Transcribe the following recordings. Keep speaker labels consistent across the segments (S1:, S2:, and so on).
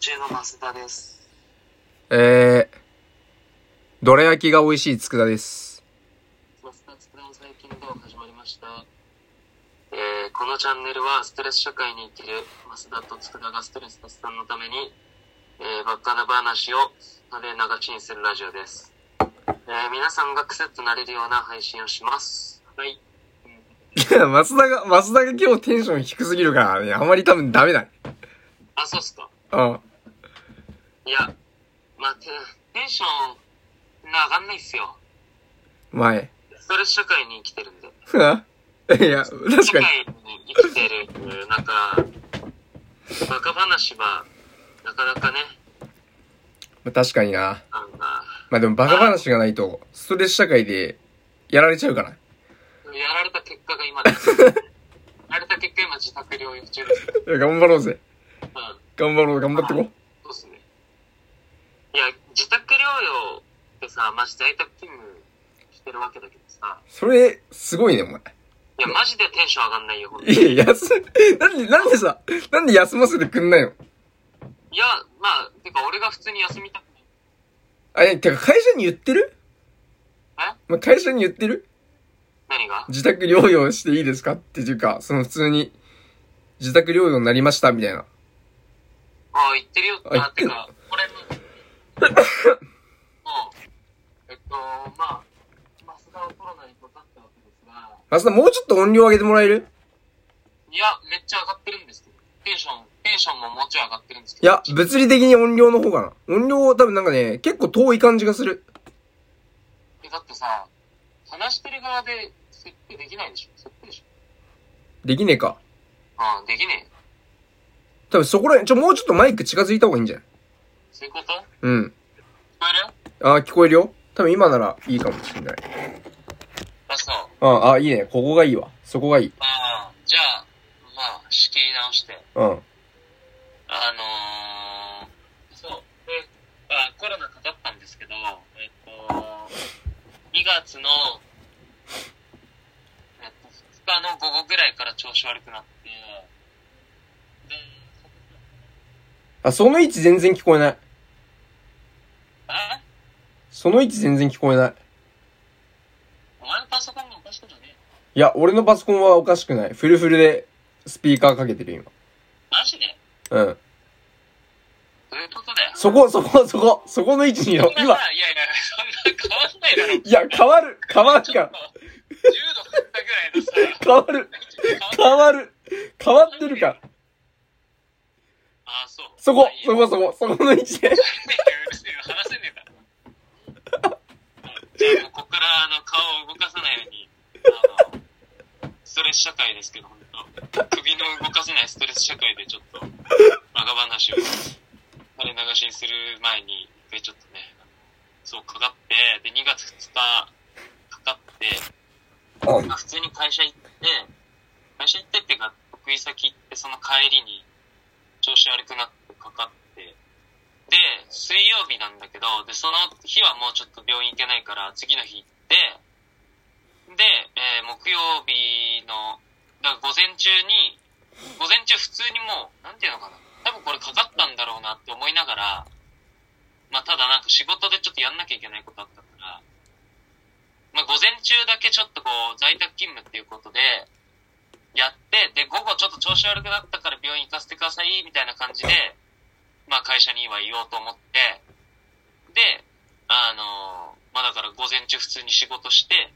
S1: 中の増田です。
S2: えー、どら焼きが美味しい佃です。
S1: 増田つくだの最近どう始まりました。えーこのチャンネルはストレス社会に生きる増田とつくだがストレス発散のために、えー、バカな話を垂れ流しにするラジオです。えー皆さんがクセッとなれるような配信をします。はい。
S2: いや、松田が、松田が今日テンション低すぎるからね、あまり多分ダメだ。
S1: あ、そうっすか。
S2: うん。
S1: いや、まあ、テテンション、そんな上がんないっすよ。
S2: 前。
S1: ストレス社会に生きてるんで。
S2: いや、確
S1: 社
S2: か
S1: 会
S2: に。
S1: に生きてる、なんか、バカ話は、なかなかね、
S2: まあ確かにな。
S1: なんか、
S2: まあでもバカ話がないと、ストレス社会でやられちゃうから。
S1: やられた結果が今 です。やられた結果今自宅療養中です。
S2: いや頑張ろうぜ。
S1: うん、
S2: 頑張ろう、頑張ってこ
S1: そうっすね。いや、自宅療養ってさ、マジ在宅勤務してるわけだけどさ、
S2: それ、すごいね、お前。
S1: いや、マジでテンション上がんないよ、ほんとに
S2: いや、休、なんで、なんでさ、なんで休ませてくんないの
S1: いや、まあ、てか俺が普通に休みたくない。
S2: あ、え、てか会社に言ってる
S1: え
S2: まあ、会社に言ってる
S1: 何が
S2: 自宅療養していいですかっていうか、その普通に、自宅療養になりました、みたいな。
S1: ああ、言ってるよ。
S2: あ言
S1: あ、
S2: っててる
S1: か、これも、もう、えっと、まあ、マスダをコロナにかかったわけですが、
S2: 松田、もうちょっと音量上げてもらえる
S1: いや、めっちゃ上がってるんですけど、テンション、テンションももうちょい上がってるんですけ
S2: い
S1: ど、
S2: や、物理的に音量の方かな。音量、多分なんかね、結構遠い感じがする。
S1: えだってさ、話してる側で設定できないでしょ設定でしょ
S2: できねえか。
S1: ああ、できねえ。
S2: 多分そこら辺、ちょ、もうちょっとマイク近づいた方がいいんじゃない
S1: そういうこと聞こ
S2: うん。
S1: える
S2: あー、聞こえるよ多分今ならいいかもしれない。
S1: あ、そう。
S2: うん、あー、いいね。ここがいいわ。そこがいい。
S1: ああ、じゃあ、まあ、仕切り直して。
S2: うん。
S1: あのー、そう、で、あ、コロナかかったんですけど、えっと、2月の、えっと、2日の午後ぐらいから調子悪くなって、で、
S2: あ、その位置全然聞こえない。
S1: あ
S2: その位置全然聞こえない。
S1: お前のパソコンがおかしくじゃねえ
S2: いや、俺のパソコンはおかしくない。フルフルで、スピーカーかけてる今。
S1: マジで
S2: うん。
S1: どういうことだよ。
S2: そこ、そこ、そこ、そこの位置に
S1: そ
S2: よ
S1: ん、なさ、い
S2: 今
S1: や。いや、そんな変わんないだろ。
S2: いや、変わる変わる
S1: ちょ
S2: か
S1: っと、10度振ったぐらいのさ、
S2: 変
S1: 変わんない
S2: わる変わる変わってるか
S1: あ、そう。
S2: そこ
S1: いいよ
S2: そこそこそこの位置で。
S1: い やうるせえよ話せねえから。じゃあもうここからあの顔を動かさないようにあのストレス社会ですけど本当首の動かせないストレス社会でちょっとバカ話を垂れ流しにする前に一回ちょっとねそうかかってで2月2日かかってまあ普通に会社行って会社行ってっていうか得意先行ってその帰りに調子悪くなってかかってで、水曜日なんだけど、で、その日はもうちょっと病院行けないから、次の日行って、で、えー木曜日の、だから午前中に、午前中普通にもう、なんていうのかな、多分これかかったんだろうなって思いながら、まあただなんか仕事でちょっとやんなきゃいけないことあったから、まあ午前中だけちょっとこう、在宅勤務っていうことで、やって、で、午後ちょっと調子悪くなったから病院行かせてください、みたいな感じで、まあ会社には言おうと思って、で、あのまあだから午前中普通に仕事して、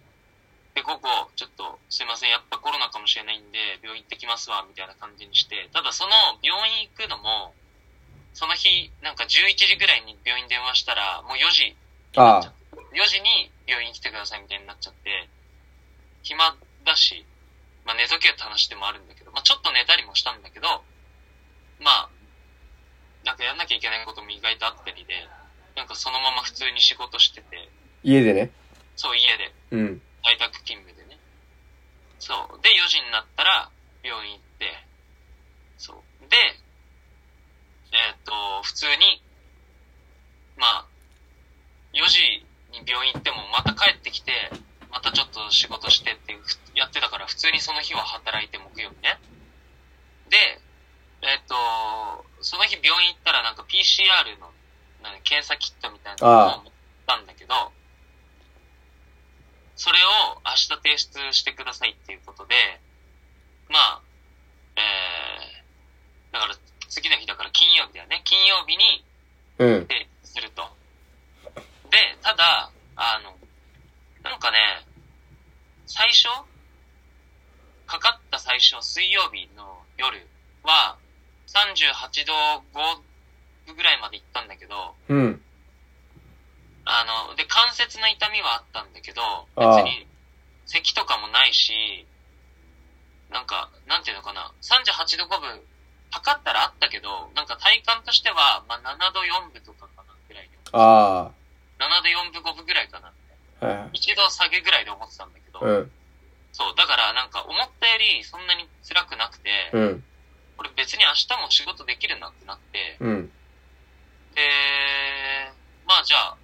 S1: で、午後、ちょっとすいません、やっぱコロナかもしれないんで、病院行ってきますわ、みたいな感じにして、ただその病院行くのも、その日、なんか11時ぐらいに病院電話したら、もう4時、
S2: ああ。
S1: 4時に病院来てくださいみたいになっちゃって、暇だし、まあ寝とけよって話でもあるんだけど、まあちょっと寝たりもしたんだけど、まあ、なんかやんなきゃいけないことも意外とあったりで、なんかそのまま普通に仕事してて、
S2: 家でね。
S1: そう家で、
S2: うん。
S1: 在宅勤務でね。そう。で、4時になったら、病院行って、そう。で、えーっと、普通に、まあ、4時に病院行っても、また帰ってきて、またちょっと仕事してっていうふやってたから、普通にその日は働いて、木曜日ね。で、えーっと、その日病院行ったらなんか PCR PCR のなんか検査キットみたいなのを持ったんだけど、それを明日提出してくださいっていうことで、まあ、えー、だから次の日だから金曜日だよね。金曜日に
S2: うん。
S1: で、すると。で、ただ、あの、なんかね、最初、かかった最初、水曜日の夜は、38度5分ぐらいまで行ったんだけど、
S2: うん。
S1: あの、で、関節の痛みはあったんだけど、
S2: ああ
S1: 別に、咳とかもないし、なんか、なんていうのかな、38度5分、測ったらあったけど、なんか体感としては、まあ、7度4分とかかな、ぐらいで。
S2: あ
S1: 7度4分5分ぐらいかな。
S2: あ。はいはい。
S1: 一度下げぐらいで思ってたんだけど、
S2: うん。
S1: そう、だからなんか思ったよりそんなに辛くなくて、
S2: うん。
S1: 俺別に明日も仕事できるなってなって、
S2: うん。
S1: で、まあじゃあ、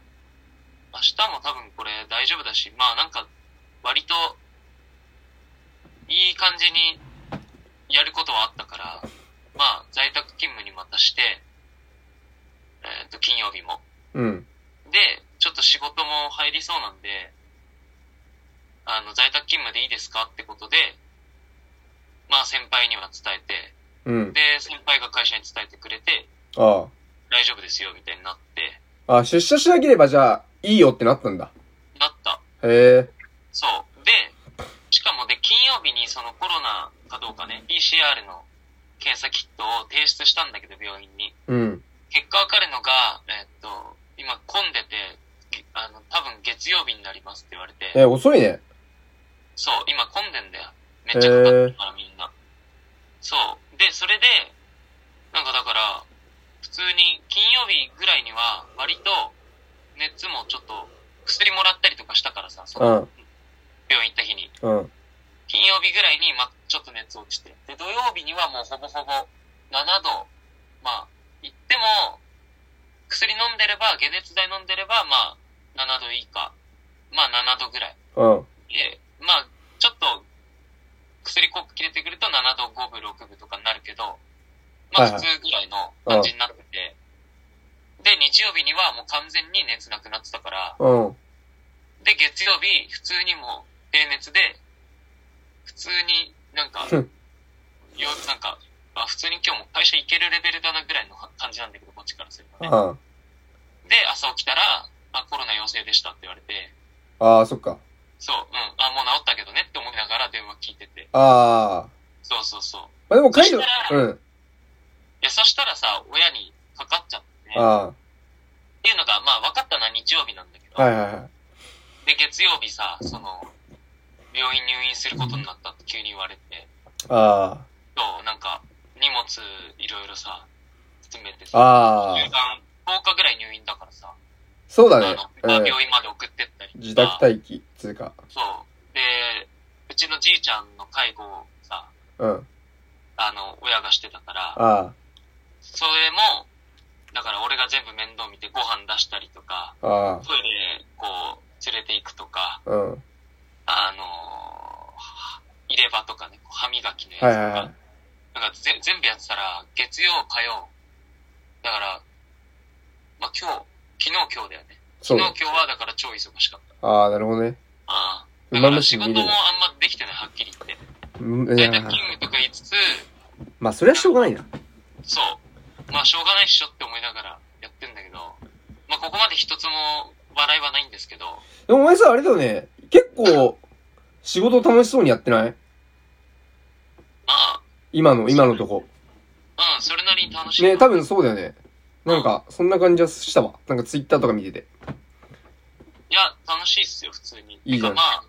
S1: 明日も多分これ大丈夫だし、まあなんか割といい感じにやることはあったから、まあ在宅勤務にまたして、えっ、と金曜日も。
S2: うん。
S1: で、ちょっと仕事も入りそうなんで、あの、在宅勤務でいいですかってことで、まあ先輩には伝えて、
S2: うん。
S1: で、先輩が会社に伝えてくれて、
S2: あ
S1: 大丈夫ですよ、みたいになって、
S2: あ。あ、出社しなければじゃあ、いいよってなったんだ。
S1: なった。
S2: へえ。
S1: そう。で、しかもで、金曜日にそのコロナかどうかね、PCR の検査キットを提出したんだけど、病院に。
S2: うん。
S1: 結果わかるのが、えっと、今混んでて、あの、多分月曜日になりますって言われて。
S2: え、遅いね。
S1: そう、今混んでんだよ。めっちゃかかってるから、みんな。そう。で、それで、なんかだから、普通に金曜日ぐらいには、割と、熱もちょっと、薬もらったりとかしたからさ、そ
S2: うん
S1: の、病院行った日に。
S2: うん。
S1: 金曜日ぐらいに、ま、ちょっと熱落ちて。で、土曜日にはもうほぼほぼ、7度。まあ、行っても、薬飲んでれば、解熱剤飲んでれば、まあ、7度以下。まあ、7度ぐらい。
S2: うん。
S1: で、まあ、ちょっと、薬効果切れてくると7度5分、6分とかになるけど、まあ
S2: はいは
S1: 普
S2: い
S1: 通ぐらいの感じになってて、で、日曜日にはもう完全に熱なくなってたから、
S2: うん。
S1: で、月曜日、普通にもう平熱で、普通になん か、
S2: ふん
S1: よなんか、あ普通に今日も会社行けるレベルだなぐらいの感じなんだけど、こっちからするとね。
S2: あ
S1: で、朝起きたら、あ、コロナ陽性でしたって言われて、
S2: あー、そっか。
S1: そう、うん、あ、もう治ったけどねって思いながら電話聞いてて、
S2: ああ。
S1: そうそうそう。
S2: まあ、でも書いて、
S1: そした
S2: う
S1: ら
S2: ん。
S1: いや、そしたらさ、親にかかっちゃってね。っ
S2: あ
S1: ていうのが、まあ分かったのは日曜日なんだけど、
S2: あ。はいはいはい。
S1: で、月曜日さ、その、病院入院することになったって急に言われて、
S2: あ
S1: そう、なんか、荷物いろいろさ、詰めて
S2: あ。
S1: さ、
S2: あ
S1: 入
S2: あ。
S1: 間10日ぐらい入院だからさ、
S2: そうだ
S1: あ
S2: ね
S1: の。
S2: うん。
S1: 病院まで送ってったりとか、
S2: 自宅待機、つうか。
S1: そう。で、うちのじいちゃんの介護をさ、
S2: うん。
S1: あの、親がしてたから、
S2: あ
S1: それも、だから俺が全部面倒見てご飯出したりとか、
S2: あ。あ
S1: トイレ、こう、連れて行くとか、
S2: あ。うん。
S1: あのー入れ歯とかね、こう歯磨きのやつとか、
S2: はいはいはい。
S1: なんかぜ全部やってたら、月曜、火曜、だから、まあ今日、昨日今日だよね。昨
S2: そう
S1: 日
S2: だ。
S1: 今日はだから超忙しかった。
S2: ああ、なるほどね。
S1: ああ。だ
S2: 馬
S1: から
S2: 虫
S1: 仕事
S2: 見
S1: も
S2: れ
S1: あん
S2: る。
S1: まできてない、はっきり言って。
S2: うん。い
S1: 在
S2: や
S1: 宅勤務とか言いつつ、
S2: まあ、それはしょうがないな。
S1: そう。まあしょうがないっしょって思いながらやってんだけど、まあここまで一つも笑いはないんですけど、
S2: でもお前さ、あれだよね。結構、仕事楽しそうにやってない
S1: まあ、
S2: 今の、今のとこ。
S1: うん、それなりに楽しい。
S2: ね、多分そうだよね。なんか、そんな感じはしたわ。なんかツイッターとか見てて。
S1: いや、楽しいっすよ、普通に。
S2: いいじゃん
S1: てかまあ、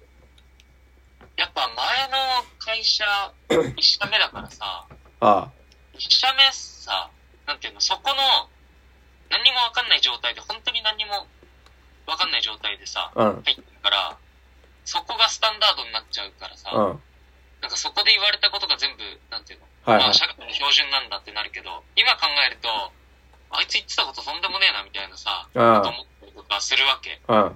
S1: やっぱ前の会 社、1社目だからさ、
S2: あ
S1: 1社目さ、なんていうの、そこの、何にもわかんない状態で、本当に何にもわかんない状態でさ、
S2: あ。うん。
S1: 入ったから、そこがスタンダードになっちゃうからさ、
S2: うん。
S1: なんかそこで言われたことが全部、なんていうの、
S2: はい
S1: ま
S2: は
S1: あ
S2: い。
S1: 社会の標準なんだってなるけど、今考えると、あいつ言ってたこととんでもねえな、みたいなさ、こと
S2: あ
S1: 思ったりとかするわけ。
S2: あ。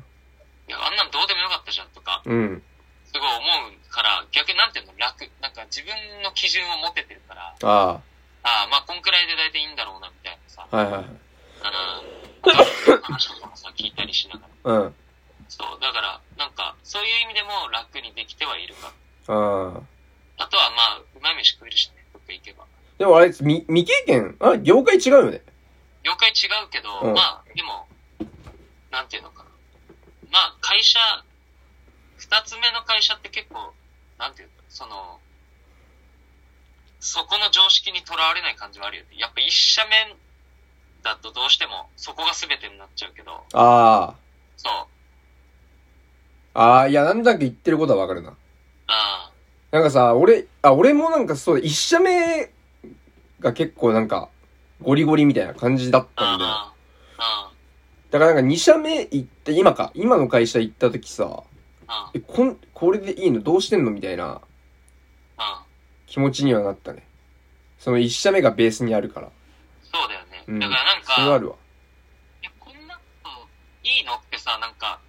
S1: いや、あんなんどうでもよかったじゃんとか、
S2: うん。うん。
S1: すごい思うから、逆になんていうの、楽。なんか自分の基準を持ててるから、
S2: あ
S1: ああ、まあこんくらいで大体いいんだろうな、みたいなさ。
S2: あ。はいはいはい。
S1: うん。話とかもさ、聞いたりしながら。
S2: うん。あ
S1: そう、だから、なんか、そういう意味でも楽にできてはいるか。
S2: あ。
S1: あとは、まあ、うまい飯食えるしね、どっか行けば。
S2: でもあれ、み未経験、あ、業界違うよね。
S1: 業界違うけど、
S2: うん
S1: まあ、でも、なんていうのかな。まあ、会社、二つ目の会社って結構、なんていうの、その、そこの常識にとらわれない感じはあるよね。やっぱ一社目だとどうしても、そこが全てになっちゃうけど、
S2: あ
S1: そう、
S2: あ。ああ、いや、なんだか言ってることはわかるな。
S1: あ
S2: なんかさ、俺、あ、俺もなんかそう、一社目が結構なんか、ゴリゴリみたいな感じだっ
S1: あ、
S2: たんだよ。
S1: ああ、
S2: だからなんか二社目行って、今か、今の会社行った時さ、
S1: ああ、
S2: え、こん、これでいいのどうしてんのみたいな
S1: ああ、
S2: 気持ちにはなったね。その一社目がベースにあるから。
S1: そうだよね。
S2: うん
S1: だからなんか、
S2: それはあるわ。
S1: いや、こんなこといいのってさ、なんか、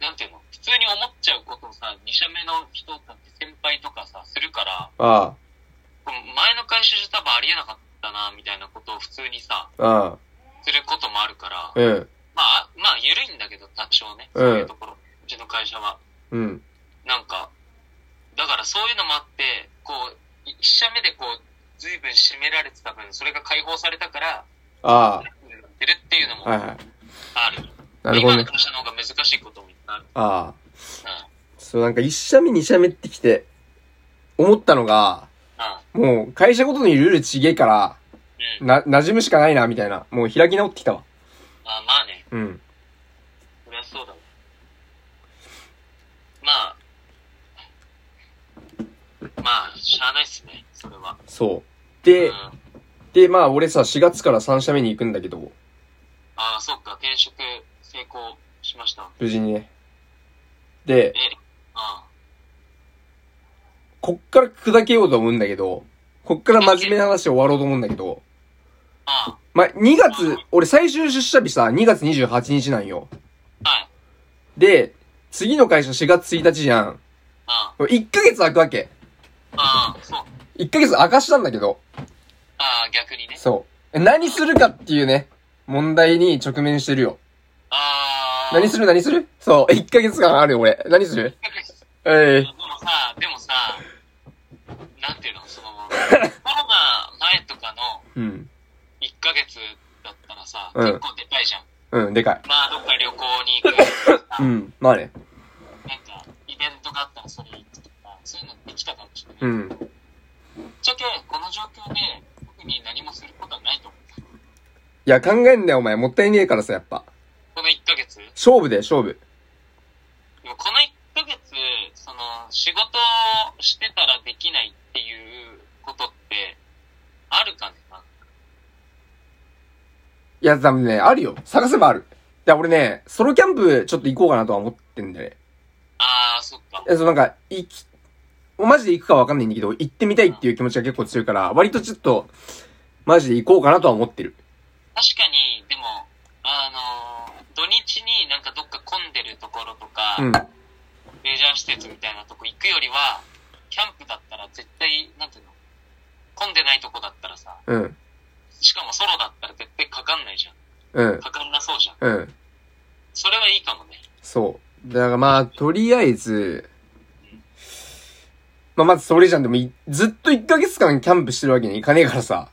S1: なんていうの、普通に思っちゃうことをさ、二社目の人たち、先輩とかさ、するから、
S2: あ
S1: この前の会社じゃ多分ありえなかったな、みたいなことを普通にさ、
S2: あ、あ
S1: することもあるから
S2: あ、、うん、
S1: まあ、あまあ、緩いんだけど、多少ね、
S2: うん
S1: そういうところ、うちの会社は。
S2: うん、
S1: なんか、だからそういうのもあって、こう、い一社目でこう、随分締められてた分、それが解放されたから、
S2: あ
S1: 出るっていうの
S2: あ、はい
S1: も
S2: はい。
S1: ある。
S2: なるほど
S1: 今の
S2: ね。
S1: 会社の方が難しいこともいっぱいある。
S2: ああ。
S1: うん
S2: そう、なんか一社目二社目ってきて、思ったのが、
S1: う
S2: もう会社ごとにルールちげえから、
S1: ん。うん。
S2: な、馴染むしかないな、みたいな。もう開き直ってきたわ。
S1: あまあね、
S2: うん。
S1: そりゃそうだわ。まあ、まあ、しゃあないっすね、それは。
S2: そう。
S1: う
S2: で
S1: ん、、
S2: で、まあ俺さ、4月から3社目に行くんだけど、
S1: ああ、そっか、転職成功しました。
S2: 無事にね。で
S1: え、、あ
S2: こっから砕けようと思うんだけど、こっから真面目な話で終わろうと思うんだけど、
S1: あ、
S2: まあ、2月、俺最終出社日さ、2月28日なんよ。
S1: ああ、はい、
S2: で、次の会社4月1日じゃん。
S1: あ
S2: 1ヶ月空くわけ。
S1: あ、ああ、そう、
S2: 1ヶ月空かしたんだけど。
S1: ああ、逆にね。
S2: そう。何するかっていうね、問題に直面してるよ。
S1: ああ、
S2: 何す
S1: る
S2: る何するそう、1ヶ 月間あるよ俺。何する
S1: で
S2: えい
S1: もさ、でもさ、なんていうの、そ の、コロナ前とかの
S2: うん。
S1: 1ヶ月だったらさ、
S2: うん
S1: 結構でかいじゃん。
S2: うん、でかい。
S1: まあ、どっか旅行に行くとかさ
S2: う、ん、まあね。
S1: なんか、イベントがあったらそれ行くとか、そういうのできたかもしれない。
S2: う
S1: ぶっ
S2: ん。
S1: ちゃけ、この状況で、特に何もすることはないと思う。
S2: いや、考えんだよお前。もったいねえからさ、やっぱ。
S1: この1ヶ月。で
S2: 勝負で勝負。
S1: もこの1ヶ月、その、仕事をしてたらできないっていうことって、あるかねなんか
S2: いや、多分ね、あるよ。探せばある。いや、俺ね、ソロキャンプちょっと行こうかなとは思ってんだよね。
S1: あー、そっか。
S2: え、そうなんか、行き、マジで行くかわかんないんだけど、行ってみたいっていう気持ちが結構強いから、割とちょっと、マジで行こうかなとは思ってる。
S1: 確かに、でも、あのー土日になんかどっか混んでるところとか、
S2: うん。
S1: レジャー施設みたいなとこ行くよりは、キャンプだったら絶対、なんていうの、混んでないとこだったらさ、
S2: うん。
S1: しかもソロだったら絶対かかんないじゃん。
S2: うん。
S1: かかんなそうじゃん。
S2: うん。
S1: それはいいかもね。
S2: そう。だからまあ、とりあえず、まあ、まずそれじゃん。でもい、ずっと1ヶ月間キャンプしてるわけにいかねえからさ。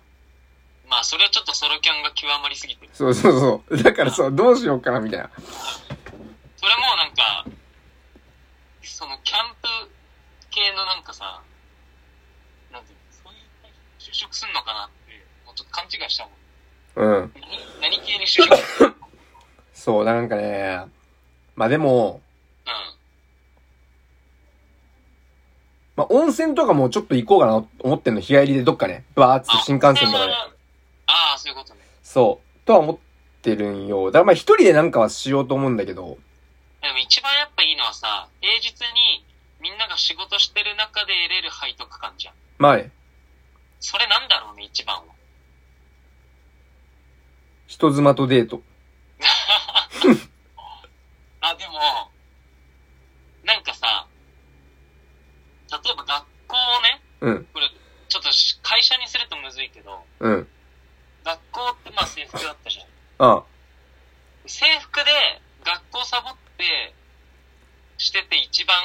S1: まあ、それはちょっとソロキャンが極まりすぎてる。
S2: そうそうそう。だからそう、どうしようかな、みたいな。
S1: それもなんか、そのキャンプ系のなんかさ、なんていうの、そういう、就職すんのかなって、もうちょっと勘違いしたもん。
S2: うん。
S1: 何何系に就職するうん。
S2: そう、なんかね、まあでも、まあ、温泉とかもちょっと行こうかなと思ってんの、日帰りでどっかね。バーッつ って新幹線とかで。
S1: ああ、そういうことね。
S2: そう。とは思ってるんよ。だからまあ一人でなんかはしようと思うんだけど。
S1: でも一番やっぱいいのはさ、平日にみんなが仕事してる中で得れる背徳感じゃん。
S2: まあね、
S1: それなんだろうね、一番は。
S2: 人妻とデート。
S1: あ、でも、なんかさ、例えば学校をね、
S2: うん、
S1: これ、ちょっとし会社にするとむずいけど、
S2: うん。
S1: 学校ってまあ制服だったじゃん。
S2: ああ、
S1: 制服で学校サボってしてて一番、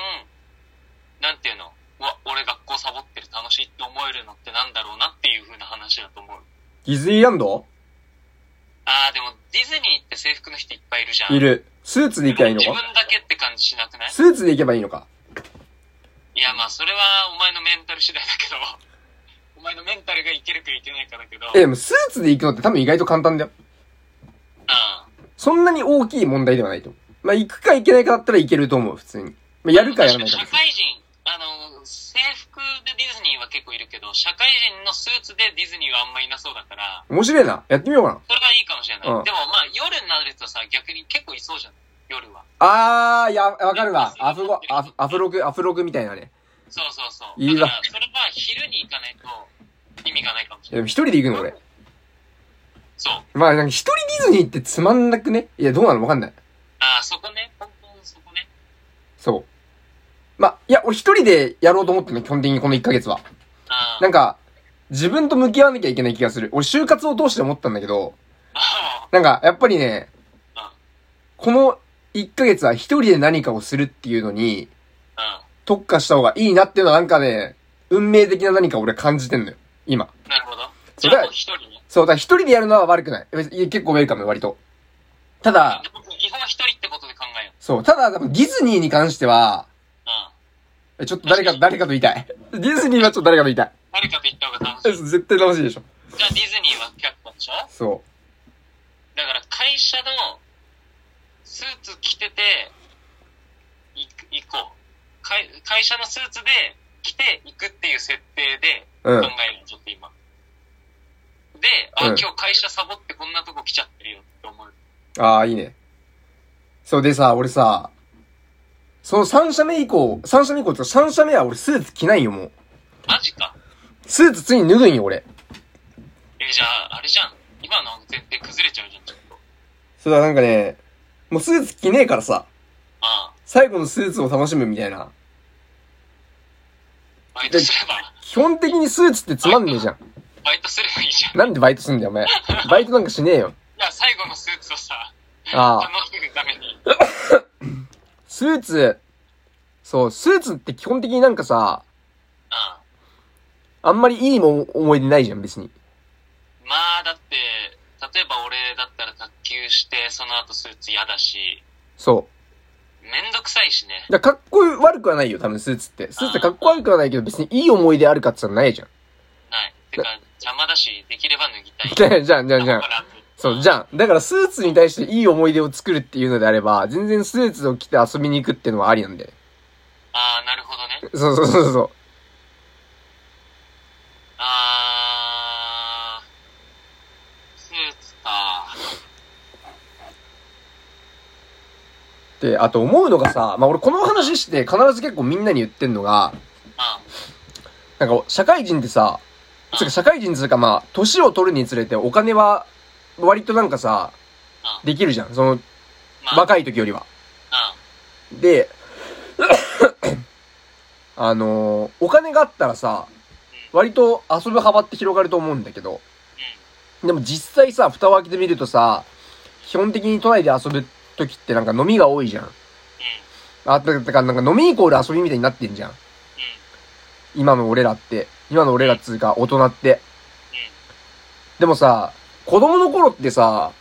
S1: なんていうの、うわ、俺学校サボってる楽しいって思えるのってなんだろうなっていう風な話だと思う。
S2: ディズニーランド
S1: あー、でもディズニーって制服の人いっぱいいるじゃん。
S2: いる。スーツで行きゃいいの
S1: 自
S2: か
S1: 分だけって感じしなくない
S2: スーツで行けばいいのか
S1: いや、まあ、それはお前のメンタル次第だけど、 お前のメンタルがいけるかいけないかだけど、
S2: え、
S1: うん。
S2: でもスーツで行くのって多分意外と簡単だよ。そんなに大きい問題ではないと思う。まあ、行くか行けないかだったら行けると思う、普通に。まあ、やるかやらないか
S1: 社
S2: 別に。
S1: 会人、あの、制服でディズニーは結構いるけど、社会人のスーツでディズニーはあんまいなそうだから、
S2: 面白いな。やってみようかな。
S1: それがいいかもしれない。
S2: うん
S1: でも、まあ、夜になるとさ、逆に結構いそうじゃん。夜は。
S2: あー、いや、わかるわ。アフロ、アフアフロク、アフロクみたいなね。
S1: そうそうそう。
S2: いい
S1: だ
S2: わ
S1: から、それは昼に行かないと意味がないかもし
S2: い
S1: れ
S2: や
S1: ない。
S2: 一人で行くの、俺。
S1: そう。
S2: まあ、なんか一人ディズニーってつまんなくねいや、どうなのわかんない。
S1: ああ、そこね。本当にそこね。
S2: そう。まあ、いや、俺一人でやろうと思ってんの、基本的にこの1ヶ月は。
S1: あ
S2: なんか、自分と向き合わなきゃいけない気がする。俺、就活を通して思ったんだけど、
S1: あ。
S2: なんか、やっぱりね
S1: うん、
S2: この1ヶ月は一人で何かをするっていうのに、
S1: う
S2: 特化した方がいいなっていうのはなんかね、運命的な何か俺感じてんのよ。今。
S1: ん。なるほど。
S2: そ
S1: じ
S2: れ
S1: ゃあ
S2: は
S1: もう一人ね。
S2: そう、だから一人でやるのは悪くない。別に結構ウェルカム、割と。ただ、
S1: 基本一人ってことで考えよう。
S2: そう、ただ、多分ディズニーに関しては、
S1: うん。
S2: えちょっと誰か、誰かと言いたい。ディズニーはちょっと誰かと言いたい。
S1: 誰かと行った方が楽
S2: え
S1: しい。
S2: 絶対楽しいでしょ。
S1: じゃあディズニーは却下でしょ
S2: そ
S1: だから会社のスーツ着てて、い行こう。会会社のスーツで着て行くっていう設定で
S2: う。う
S1: 考
S2: ん。
S1: えるの、ちょっと今。で、あ、
S2: うん
S1: 今日会社サボってこんなとこ来ちゃってるよって思う。
S2: ああ、いいね。そうでさ、俺さ、その3社目以降、3社目以降ってか3社目は俺スーツ着ないよ、もう。
S1: マジか。
S2: スーツついに脱ぐんよ、俺。
S1: え、じゃあ、あれじゃん。今の前提崩れちゃうじゃん、ちょっと。
S2: そうだ、なんかね、もうスーツ着ねえからさ、
S1: ああ、
S2: 最後のスーツを楽しむみたいな。
S1: バイトすれば、
S2: 基本的にスーツってつまんねえじゃん。
S1: バイトすればいいじゃん。
S2: なんでバイトすんだよ、お前。バイトなんかしねえよ。
S1: いや、最後のスーツをさ、
S2: ああ。
S1: 楽しむために。
S2: スーツ、そう、スーツって基本的になんかさ、
S1: ああ
S2: あんまりいいもん思い出ないじゃん、別に。
S1: まあ、だって、例えば俺だったら卓球して、その後スーツ嫌だし、
S2: そ
S1: めんどくさいしね
S2: う。。だからかっこ悪くはないよ、多分スーツって。スーツってかっこ悪くはないけど、別にいい思い出あるかって言ったらないじゃん。
S1: ない。てか、邪魔だし、できれば脱ぎたい。
S2: じゃあ、じゃあ、じゃあ、じゃ
S1: だか
S2: あ。
S1: ら
S2: そう、じゃあ、だからスーツに対していい思い出を作るっていうのであれば、全然スーツを着て遊びに行くっていうのはありなんで。
S1: ああ、なるほどね。
S2: そうそうそうそう。
S1: ああ、スーツか。
S2: で、あと思うのがさ、まあ、俺この話して必ず結構みんなに言ってんのが、
S1: あ
S2: なんか社会人ってさ、つうか社会人つうかまあ、年を取るにつれてお金は、割となんかさ、
S1: あ
S2: できるじゃん。その、
S1: まあ、
S2: 若い時よりは。
S1: あ
S2: で、 あのーお金があったらさ、割と遊ぶ幅って広がると思うんだけど、でも実際さ、蓋を開けてみるとさ、基本的に都内で遊ぶ時ってなんか飲みが多いじゃん。
S1: うん、うん、
S2: あ、だだからなんか飲みイコール遊びみたいになってんじゃん。
S1: うん、
S2: 今の俺らって。今の俺らっつうか、大人って。でもさ、子供の頃ってさ、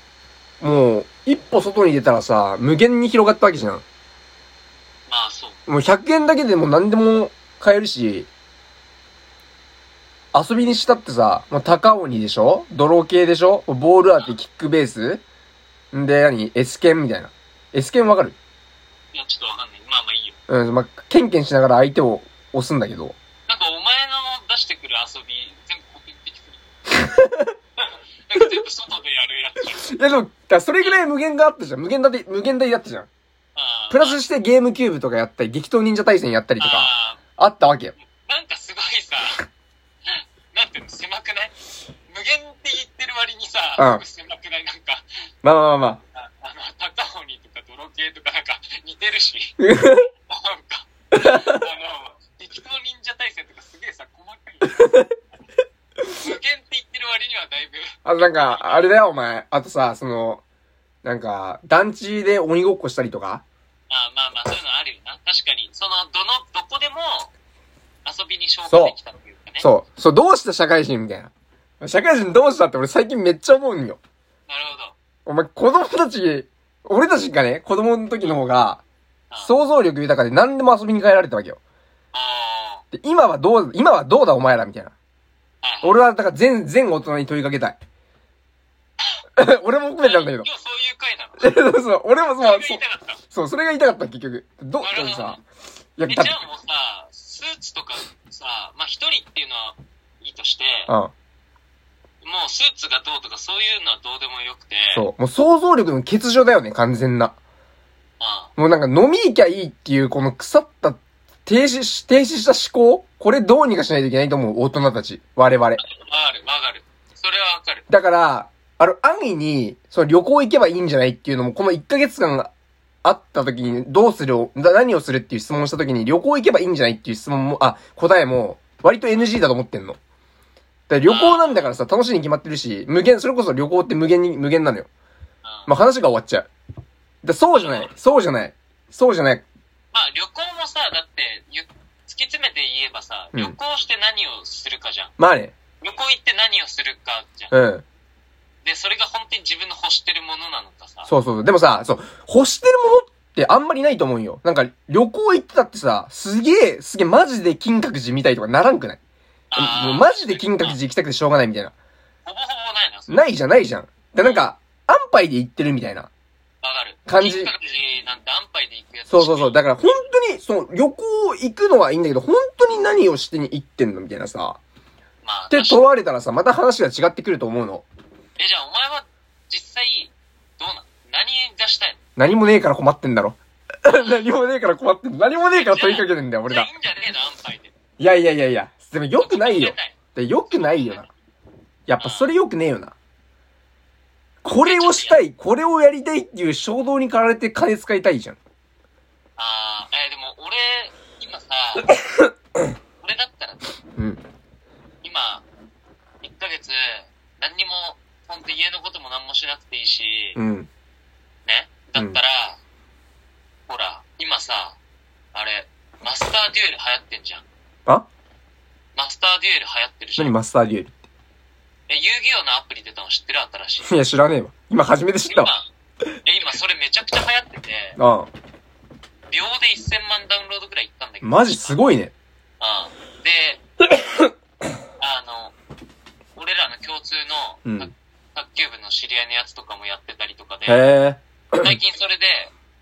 S2: もう、一歩外に出たらさ、無限に広がったわけじゃん。
S1: うん。まあ、そう。
S2: もう100円だけでも何でも買えるし、遊びにしたってさ、もう高鬼でしょ泥系でしょボール当て、キックベースんで、何 ?S 剣みたいな。S 剣わかる
S1: いや、ちょっとわかんない。まあまあいいよ。
S2: うん、まあ、ケンケンしながら相手を押すんだけど。
S1: なんかお前の出してくる遊び、全部コピーできてる。なんか全部外でやるやつじゃん。
S2: いやでも、だからそれぐらい無限があったじゃん。無限大で、無限大だったじゃん。
S1: あー
S2: プラスしてゲームキューブとかやったり、激闘忍者対戦やったりとか、
S1: あ
S2: あったわけよ。
S1: ーなんかすごいさ、なんていうの、狭くない無限って言ってる割にさ、
S2: うん
S1: すごく狭くないなんか、
S2: まあまあまあまあ。
S1: ああの、高鬼とか泥系とかなんか似てる し、なんか、あの、適当忍者対戦とかすげえさ、細かい。無限って言ってる割にはだいぶ、
S2: あとなんか、あれだよお前。あとさ、その、なんか、団地で鬼ごっこしたりとか、
S1: あまあまあ、そういうのあるよな。確かに、その、どの、どこでも遊びに消化できたっていうかね。
S2: そう、そう、どうした社会人みたいな。社会人どうしたって俺最近めっちゃ思うんよ。
S1: なるほど。
S2: お前、子供たち、俺たちがね、子供の時の方が、
S1: あう。
S2: 想像力豊かで何でも遊びに変えられたわけよ。
S1: あ
S2: で、今はどう、今はどうだお前らみたいな。
S1: あ。はい
S2: 俺は、だから全、全大人に問いかけたい。 俺も含めてなんだけど。
S1: 今日 そういう回なの。
S2: そうそう、俺もそう、
S1: そ
S2: そうう、
S1: たかった。
S2: そう、それが言いたかった、結局。ど、だ
S1: な
S2: っ
S1: るほど
S2: てさ、いや、
S1: え、じ
S2: だ
S1: ゃ
S2: って、
S1: あもうさ、スーツとかさ、まあ一人っていうのはいいとして、
S2: うん、
S1: もうスーツがどうとかそういうのはどうでもよくて、う。
S2: そう、もう想像力の欠如だよね、完全な。
S1: あ
S2: もうなんか飲み行きゃいいっていう、この腐った、停止し、停止した思考これどうにかしないといけないと思う、大人たち。我々。
S1: わかる、わかる。それはわかる。
S2: だから、あの、安易に、その旅行行けばいいんじゃないっていうのも、この1ヶ月間あった時に、どうするを、な何をするっていう質問をした時に、旅行行けばいいんじゃないっていう質問も、あ、答えも、割と NG だと思ってんの。だから旅行なんだからさ、楽しいに決まってるし、無限、それこそ旅行って無限に、無限なのよ。
S1: うん
S2: まあ、話が終わっちゃう。だからそうじゃない。そうじゃない。そうじゃない。
S1: まあ旅行もさ、だって、ゆ突き詰めて言えばさ、
S2: うん
S1: 旅行して何をするかじゃん。
S2: まあね。
S1: 旅行行って何をするかじゃん。
S2: うん。
S1: で、それが本当に自分の欲してるものなのかさ。
S2: そうそうそう。でもさ、そう、欲してるものってあんまりないと思うんよ。なんか、旅行行ってたってさ、すげえ、すげえ、マジで金閣寺見たいとかならんくない
S1: あー
S2: もうマジで金閣寺行きたくてしょうがないみたいな。
S1: ほぼほぼないな、それ
S2: ないじゃんないじゃん。で、なんか、安牌で行ってるみたいな。
S1: わかる。
S2: 感じ
S1: 金閣寺なんて安牌で行くやつ。
S2: そうそうそう。だから本当に、その、旅行行くのはいいんだけど、本当に何をしてに行ってんのみたいなさ。
S1: まあ、
S2: って
S1: 確か
S2: 問われたらさ、また話が違ってくると思うの。
S1: にえ、じゃあお前は実際、どうなの何がしたいの
S2: 何もねえから困ってんだろ。 何もねえから困ってんの。何もねえから問いかけてんだよ、俺
S1: じゃあ
S2: ら
S1: い。いんじゃねえの安牌で。
S2: いやいやいやいや。でも良くないよ。で、良くないよな。やっぱそれ良くねえよな。これをしたい、これをやりたいっていう衝動に駆られて金使いたいじゃん。
S1: ああ、えーでも俺、今 さ、俺だったらね
S2: うん。
S1: 今、1ヶ月、何にも、ほんと家のことも何もしなくていいし、
S2: うん。
S1: ね。だったら、ほら、今さ、あれ、マスターデュエル流行ってんじゃん。
S2: あ
S1: マスターデュエル流行ってるじゃ
S2: 何
S1: ん。
S2: マスターデュエル って
S1: え、遊戯王のアプリ出たの知ってる新しい。
S2: いや、知らねえわ。今初めて知っ
S1: 今
S2: たわ。、
S1: え、今それめちゃくちゃ流行ってて、
S2: ああ。
S1: 秒で1000万ダウンロードくらいいったんだけど。
S2: マジすごいね。
S1: うん。 で、あの、俺らの共通
S2: う
S1: の
S2: ん
S1: 卓卓球部の知り合いのやつとかもやってたりとかで、
S2: へえ。
S1: 最近それで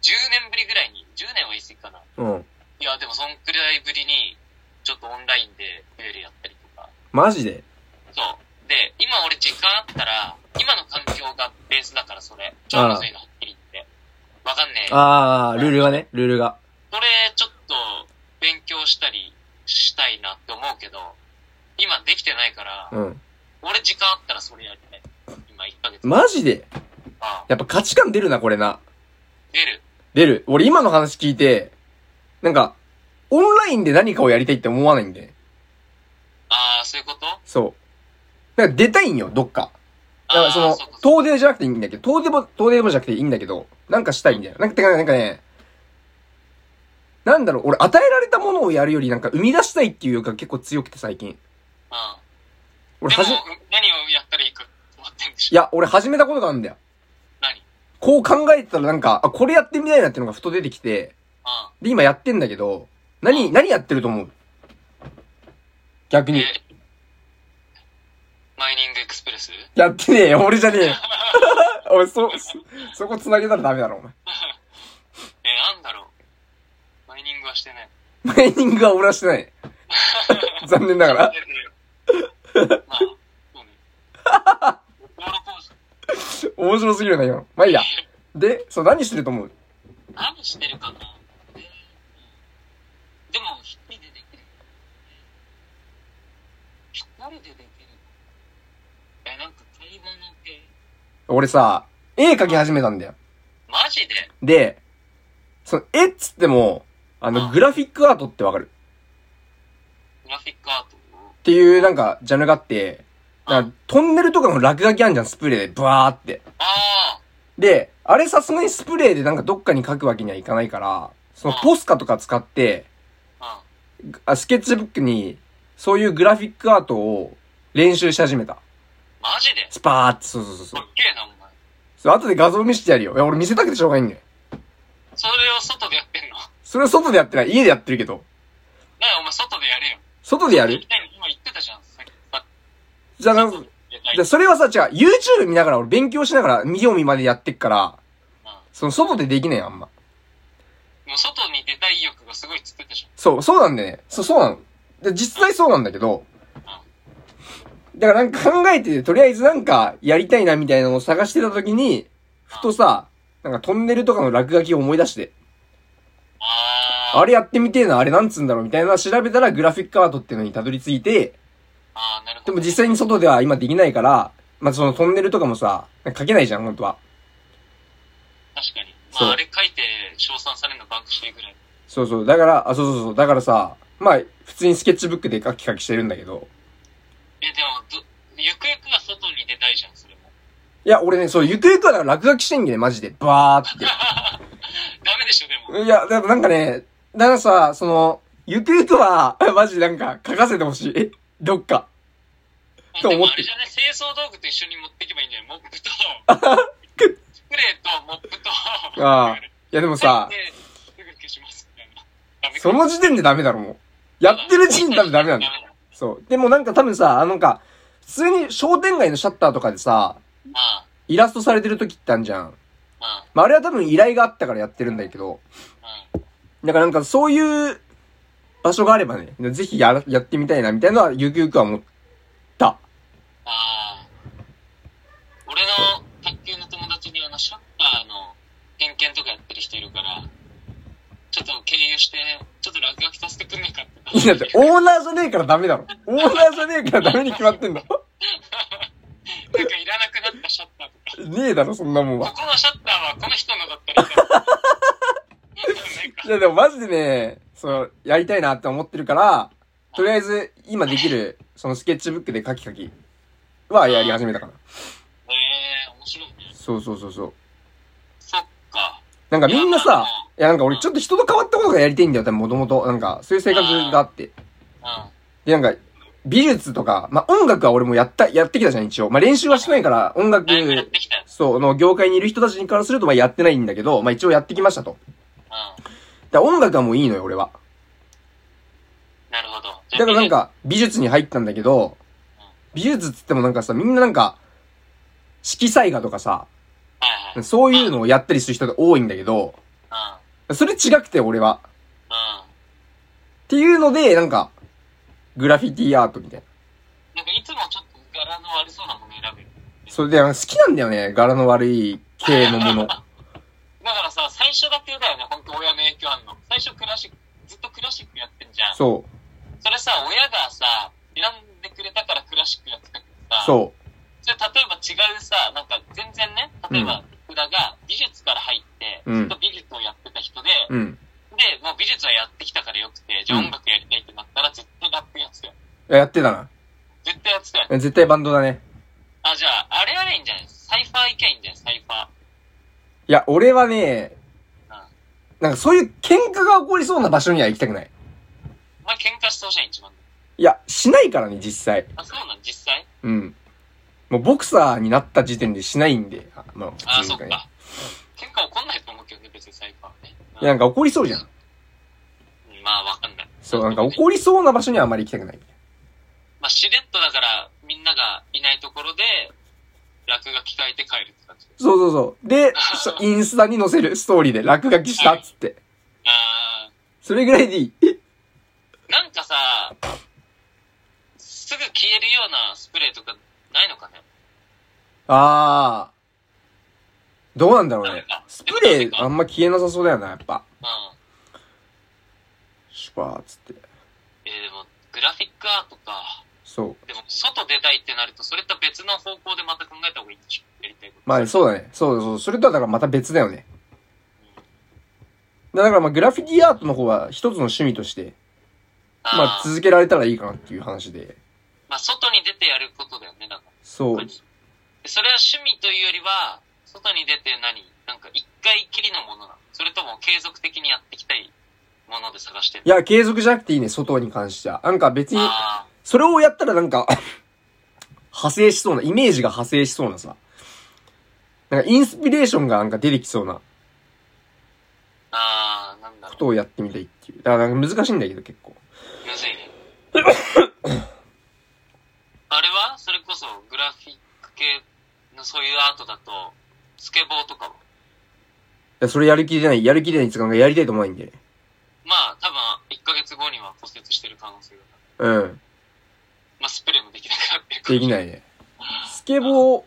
S1: 10年ぶりぐらいに、10年は言い過ぎかな。
S2: うん。
S1: いや、でもそんくらいぶりに、ちょっとオンラインでデュエルやったりとか。
S2: マジで。
S1: そう。で、今俺時間あったら、今の環境がベースだからそれ。ちょっとそういうのはっきり言って。わかんねえ。
S2: ああ、ルールがね、ルールが。
S1: これちょっと勉強したりしたいなって思うけど、今できてないから、
S2: うん。
S1: 俺時間あったらそれやりたい。今1ヶ月。
S2: マジで。
S1: ああ
S2: やっぱ価値観出るな、これな。
S1: 出る。
S2: 出る。俺今の話聞いて、なんか、オンラインで何かをやりたいって思わないんで。
S1: ああ、そういうこと
S2: そう。なんか出たいんよ、どっか。だか
S1: ああ
S2: らその
S1: うか、そう
S2: 遠出じゃなくていいんだけど、遠出も、遠出もじゃなくていいんだけど、なんかしたいみたいな。なんか、てかなんかね、なんだろう、俺与えられたものをやるよりなんか生み出したいっていう欲が結構強くて最近。
S1: かうん。
S2: 俺
S1: で
S2: は
S1: も
S2: じ、、
S1: 何をやったらいいか決まってんでし
S2: い
S1: ょ
S2: や、俺始めたことがあるんだよ。
S1: 何うん。
S2: こう考えてたらなんか、あ、これやってみたいなってのがふと出てきて、で、今やってんだけど、何、何やってると思う逆に。
S1: えマイニングエクスプレス
S2: やってねえよ、俺じ ゃねえよ。 俺、そ、そそこ繋げたらダメだろ、お前。
S1: えー、なんだろう。マイニングはしてない。
S2: マイニングは俺はして ない。残念ながら。
S1: まあ、そうね。道路工事
S2: 面白すぎるな、今の。まあいいや。で、そう、何してると思う
S1: 何してるかなえーでも、一人でできる。一人でできる。え、なんか買い物系。
S2: 俺さ、絵描き始めたんだよ。
S1: マジで
S2: で、その、絵っつっても、あの、グラフィックアートってわかる
S1: グラフィックアート
S2: っていう、なんか、ジャンルがあって、
S1: あ
S2: なんかトンネルとかの落書きあんじゃん、スプレーで、ブワーって。
S1: あ
S2: で、あれさすがにスプレーでなんかどっかに書くわけにはいかないから、そのポスカとか使って、
S1: あ
S2: あスケッチブックに、そういうグラフィックアートを練習し始めた。
S1: マジで
S2: スパーって、そうそうそう
S1: す
S2: そ
S1: っ
S2: う。
S1: げえな、お前。
S2: それ後で画像見せてやるよ。いや、俺見せたくてしょうがないんだよ。
S1: それを外でやってんの。
S2: それは外でやってない。家でやってるけど。
S1: なあ、お前外でやれよ。
S2: 外でやる
S1: 今言ってたじゃん。さっきさっき
S2: じゃあなん
S1: 外でやりたい
S2: じゃあそれはさ、違う。YouTube 見ながら、俺勉強しながら、見よう見までやってっから、
S1: う
S2: その外でできないよあんま。
S1: ん。もう外に出たい意欲がすごいつってたじゃん。
S2: そう、そうなんだよね。そう、そうなの。で実際そうなんだけど、だからなんか考えてて、とりあえずなんかやりたいなみたいなのを探してた時に、ふとさ、なんかトンネルとかの落書きを思い出して、
S1: あー。
S2: あれやってみてえな、あれなんつうんだろうみたいな調べたらグラフィックアートっていうのにたどり着いて、
S1: あー、なるほ
S2: で
S1: ど。
S2: も実際に外では今できないから、まあ、そのトンネルとかもさ、なんか書けないじゃん、本当は。
S1: 確かに。
S2: そう
S1: まあ、あれ書いて称賛されるのバンクシーぐらい。
S2: そうそう。だから、あ、そうそうそう。だからさ、まあ、普通にスケッチブックで書き書きしてるんだけど、
S1: え、でも、ど、ゆくゆくは外に出たいじゃん、それも。
S2: いや、俺ね、そう、ゆくゆくはだから落書きしてんだよね、マジで。バーって。
S1: ダメでしょ、でも。
S2: いや、でもなんかね、だからさ、その、ゆくゆくは、 マジなんか書かせてほしい。どっか。と
S1: でも
S2: 思っ
S1: あ
S2: て
S1: れじゃね、清掃道具と一緒に持っていけばいいんじゃないモップと、スプレーとモップと、
S2: ああいや、でもさ
S1: はい、で、すぐ消しますみたいな。ダメか
S2: その時点でダメだろ、もう。やってる時点で多分ダメなんだよ。そう。でもなんか多分さ、あのなんか、普通に商店街のシャッターとかでさ、
S1: まあ、
S2: イラストされてる時ってあんじゃん。
S1: まあ、
S2: まあ、あれは多分依頼があったからやってるんだけど、
S1: まあ。
S2: だからなんかそういう場所があればね、ぜひやら、やってみたいなみたいなのはゆくゆくは思った。
S1: ああ。俺の卓球の友達にあの、シャッターの点検とかやってる人いるから、ちょっと経由して、ちょっと落書きさせてくんねえかって。
S2: いやだってオーナーじゃねえからダメだろ。オーナーじゃねえからダメに決まってんだろ。
S1: なんかいらなくなったシャッターとか。
S2: ねえだろ、そんなもんは
S1: こ。このシャッターはこの人のだったらいいからなんか
S2: いやでもマジでね、その、やりたいなって思ってるから、とりあえず今できる、そのスケッチブックで書き書きはやり始めたかな。
S1: ええ面白いね。
S2: そうそうそうそう。
S1: そっか。
S2: なんかみんなさ、いやなんか俺ちょっと人と変わったことがやりたいんだよ、多分もともと。なんか、そういう性格があって。
S1: うん。
S2: で、なんか、美術とか、まあ、音楽は俺もやった、やってきたじゃん、一応。まあ、練習はしてないから、音楽
S1: だいぶやってきたよ。
S2: そう、の業界にいる人たちにからすると、まあ、やってないんだけど、まあ、一応やってきましたと。
S1: うん。
S2: だから音楽はもういいのよ、俺は。
S1: なるほど。
S2: だからなん、か、美術に入ったんだけど、美術っつってもなんかさ、みんななんか、色彩画とかさ、
S1: はいはい。うん。
S2: そういうのをやったりする人が多いんだけど、それ違くて、俺は。
S1: うん。
S2: っていうので、なんか、グラフィティアートみたい
S1: な
S2: な。
S1: んかいつもちょっと柄の悪そうなもの選べる。
S2: それで、なんか好きなんだよね、柄の悪い系の もの。
S1: だからさ、最初だけだよね、本当親の影響あんの。最初クラシック、ずっとクラシックやってんじゃん。そ
S2: そう、
S1: れさ、親がさ、選んでくれたからクラシックやってたけどさ、
S2: そう。
S1: それ例えば違うさ、なんか全然ね、例えば福田が美術から入って、
S2: うん
S1: ずっと美術をやってた人で、
S2: うん。
S1: で、もう美術はやってきたからよくて、じゃあ
S2: うん
S1: 音楽やりたいってなったら絶対ラップやってたよ。
S2: いややってたな。
S1: 絶対やってたよ。
S2: 絶対バンドだね。
S1: あ、じゃあ、あれやれいいんじゃないサイファーいけばいいんじゃないサイファー。
S2: いや、俺はね
S1: うん、
S2: なんかそういう喧嘩が起こりそうな場所には行きたくない。
S1: お前喧嘩してほしい一番。
S2: いや、しないからね、実際。
S1: あ、そうなん実際
S2: うん。もうボクサーになった時点でしないんで、あまあ、普
S1: あ、
S2: 通
S1: そっ
S2: にね。
S1: か。喧嘩起こんないと思うけどね、別にサイファーはね。
S2: いや、なんか怒りそうじゃん。
S1: うんまあ、わかんない。
S2: そう、なんか
S1: る。
S2: 怒りそうな場所にはあまり行きたくない。
S1: まあ、しれっとだから、みんながいないところで、落書き書いて帰るって感じ。
S2: そうそうそう。で、そインスタに載せるストーリーで落書きしたっつって。
S1: あ
S2: それぐらいでいい。
S1: ー、なんかさ、すぐ消えるようなスプレーとかないのかね
S2: あー。どうなんだろう
S1: なん
S2: ね
S1: か。
S2: スプレーあんま消えなさそうだよな、やっぱ。
S1: うん。
S2: シュパーっつって。
S1: えー、でも、グラフィックアートか。
S2: そう。
S1: でも、外出たいってなると、それと別の方向でまた考えた方がいいんでしょやりたいこと。
S2: まあそうだね。そうそう。それとはだからまた別だよね。だからまあグラフィティアートの方は一つの趣味として、
S1: あー
S2: まあ続けられたらいいかなっていう話で。
S1: まあ、外に出てやることだよね、だから。
S2: そう。
S1: それは趣味というよりは、外に出て何なんか一回きりのものなのそれとも継続的にやっていきたいもので探してる
S2: いや、継続じゃなくていいね、外に関しては。なんか別に、
S1: あ
S2: それをやったらなんか、 派生しそうな、イメージが派生しそうなさ。なんかインスピレーションがなんか出てきそうな
S1: あ、ああ、なんだ
S2: こ
S1: ろ
S2: とをやってみたいっていう。だからなんか難しいんだけど結構。
S1: う。むずい ね。あれはそれこそグラフィック系のそういうアートだと、スケボーとかも。
S2: いやそれやる気でない、やる気でないっていうかなんかやりたいと思わないんで。
S1: まあ、多分、1ヶ月後には骨折してる可能性がある。
S2: うん。
S1: まあ、スプレーもできなかった。
S2: できないいね。スケボー、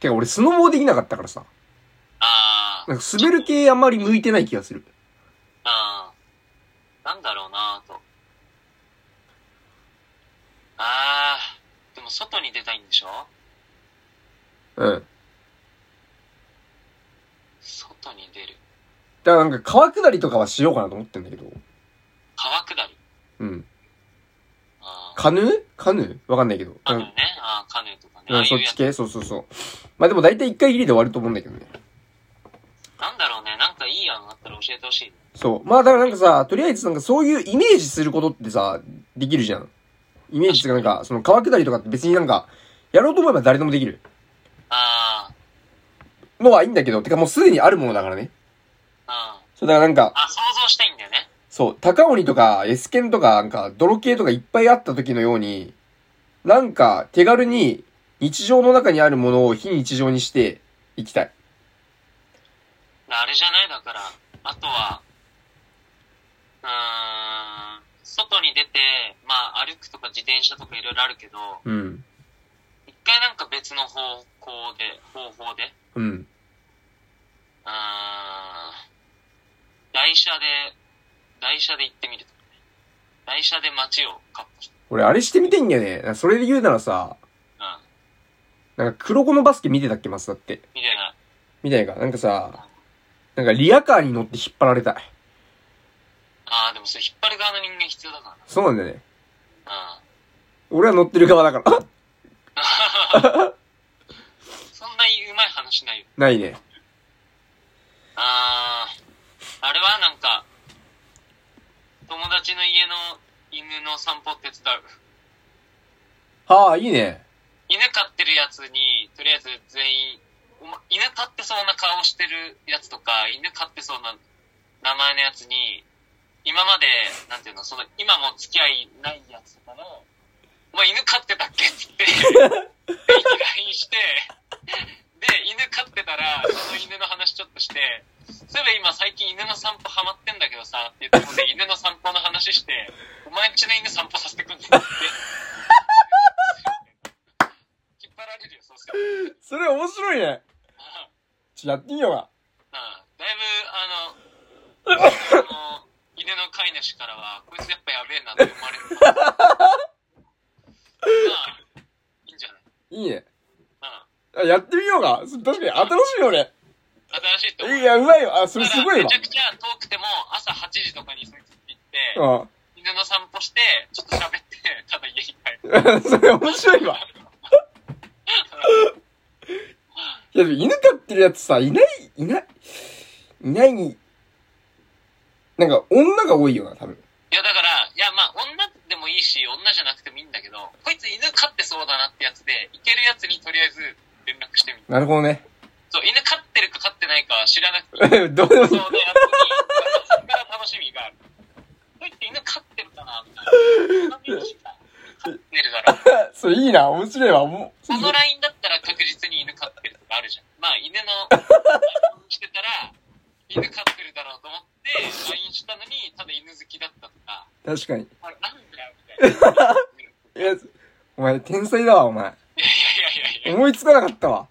S2: てか俺スノボーできなかったからさ。
S1: ああ
S2: なんか滑る系あんまり向いてない気がする。
S1: ああ、なんだろうなぁと。ああ、でも外に出たいんでしょ
S2: うん。
S1: 外に出る。
S2: だからなんか川下りとかはしようかなと思ってんだけど。
S1: 川下り。
S2: うん。
S1: あー
S2: カヌーカヌーわかんないけど。
S1: カ
S2: う
S1: ヌー
S2: ん
S1: ね。ああ、カヌーとかね。あ
S2: う
S1: あ
S2: ん、
S1: い
S2: そうっ
S1: や
S2: ち
S1: つ。
S2: 系そうそうそう。まあでも大体一回きりで終わると思うんだけどね。
S1: なんだろうね。なんかいい案あったら教えてほしいね。
S2: そう。まあだからなんかさ、とりあえずなんかそういうイメージすることってさ、できるじゃん。イメージっていうかなんか、その川下りとかって別になんか、やろうと思えば誰でもできる
S1: あ
S2: のはいいんだけど、てかもうすでにあるものだからね。
S1: あ、うん。
S2: そうだからなんか、
S1: あ、想像したいんだよね。
S2: そう、高鬼とか S 剣とかなんか、泥系とかいっぱいあった時のように、なんか手軽に日常の中にあるものを非日常にしていきたい。
S1: あれじゃないだから、あとは、うーん、外に出て、まあ歩くとか自転車とかいろいろあるけど、
S2: うん。
S1: 一回なんか別の方向で、方法で、
S2: うん。
S1: うーん、台車で、台車で行ってみるとかね。台車で街をカップして。
S2: 俺あれしてみてんだよね。なんかそれで言うならさ、
S1: うん、
S2: なんか黒子のバスケ見てたっけますだって。
S1: みたいな。
S2: みたいか。なんかさ、なんかリアカーに乗って引っ張られたい。
S1: ああ、でもそれ引っ張る側の人間必要だから
S2: そうなんだよね。
S1: な。うん。
S2: 俺は乗ってる側だから。
S1: そんなにうまい話ないよ。
S2: ないね。
S1: ああ、あれはなんか、友達の家の犬の散歩手伝う。
S2: はあ、いいね。
S1: 犬飼ってるやつに、とりあえず全員、おま、犬飼ってそうな顔してるやつとか、犬飼ってそうな名前のやつに、今まで、なんていうの、その、今も付き合いないやつとかの、お前犬飼ってたっけって言って、で、LINE して、で、犬飼ってたら、その犬の話ちょっとして、そういえば今最近犬の散歩ハマってんだけどさ、って言って、ほんで犬の散歩の話して、お前んちの犬散歩させてくんねって。引っ張られるよ、そうすると。
S2: それ面白いね。ちょ、やってみようか。
S1: ああだいぶ、あの、あの犬の飼い主からは、こいつやっぱやべえなって思われる。まあ、いいんじゃない
S2: いいね。
S1: あ
S2: あやってみようか。そ確かに、新しいよ、俺。
S1: あ新しいと思う。
S2: いや、うまいよ。あ、それ
S1: だ
S2: す
S1: から
S2: ごいわ
S1: めち。ゃくちゃ遠くても、朝8時とかにそいつ行って、
S2: うん。
S1: 犬の散歩して、ちょっと喋って、ただ家に帰る。
S2: それ面白いわ。いや、でも犬飼ってるやつさ、いない、いない、いないに、なんか女が多いよな、多分。
S1: いや、だから、いや、まあ、女でもいいし、女じゃなくてもいいんだけど、こいつ犬飼ってそうだなってやつで、行けるやつにとりあえず連絡してみる。
S2: なるほどね。
S1: そう、犬飼ってるか飼ってないかは知らなくて、
S2: どうでもい
S1: そう
S2: い。
S1: ね、やっぱり、そこから楽しみがある。こいつ犬飼ってるかなみたいな。飼ってるだろう。
S2: それいいな、面白いわ。もう
S1: このラインだったら確実に犬飼ってるとかあるじゃん。まあ、犬の、LINE してたら、犬飼ってるだろうと思って、LINE したのに、ただ犬好きだったとか、
S2: 確かに。
S1: あれ、なんだよ、みたいな。
S2: いや、お前、天才だわ、お前。
S1: いやいやいやいやいや。
S2: 思いつかなかったわ。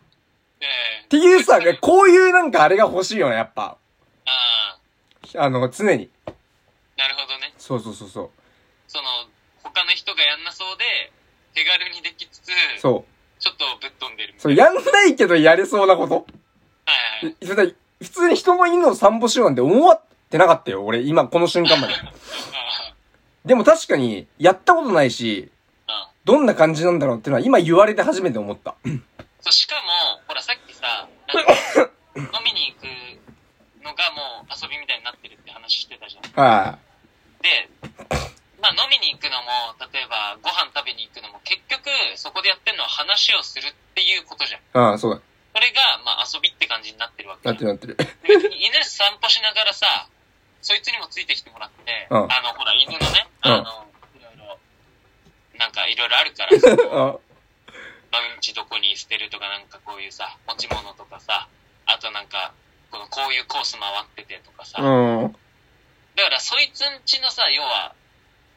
S1: え
S2: っていうさ、こういうなんかあれが欲しいよね、やっぱ。
S1: ああ、
S2: あの、常に。
S1: なるほどね。
S2: そうそうそうそう。
S1: その、他の人がやんなそうで、手軽にできつつ、ちょっ
S2: そう。
S1: とぶっ飛んでるみた
S2: そう、
S1: いな。
S2: やんないけどやれそうなこと。
S1: はいはい。
S2: それだ普通に人の犬を散歩しようなんて思ってなかったよ、俺、今、この瞬間まで。
S1: あ
S2: でも確かに、やったことないし、
S1: あ、ああ。
S2: どんな感じなんだろうっていうのは今言われて初めて思った。
S1: そう、しかも、ほら、さっきさ、なんか 飲みに行くのがもう遊びみたいになってるって話してたじゃん。
S2: は
S1: で、まあ飲みに行くのも、例えばご飯食べに行くのも、結局そこでやってるのは話をするっていうことじゃん。
S2: い。うん、そうだ。
S1: それが、まあ遊びって感じになってるわけ
S2: なっ
S1: じゃん
S2: てるなってる。
S1: 別に犬散歩しながらさ、そいつにもついてきてもらって、
S2: うん
S1: あの、ほら、犬のね、
S2: うん
S1: あの、いろいろ、なんかいろいろあるから、 その
S2: あ
S1: ラウンジどこに捨てるとかなんかこういうさ、持ち物とかさ、あとなんか、このこういうコース回っててとかさ、だ
S2: うん。
S1: からそいつんちのさ、要は、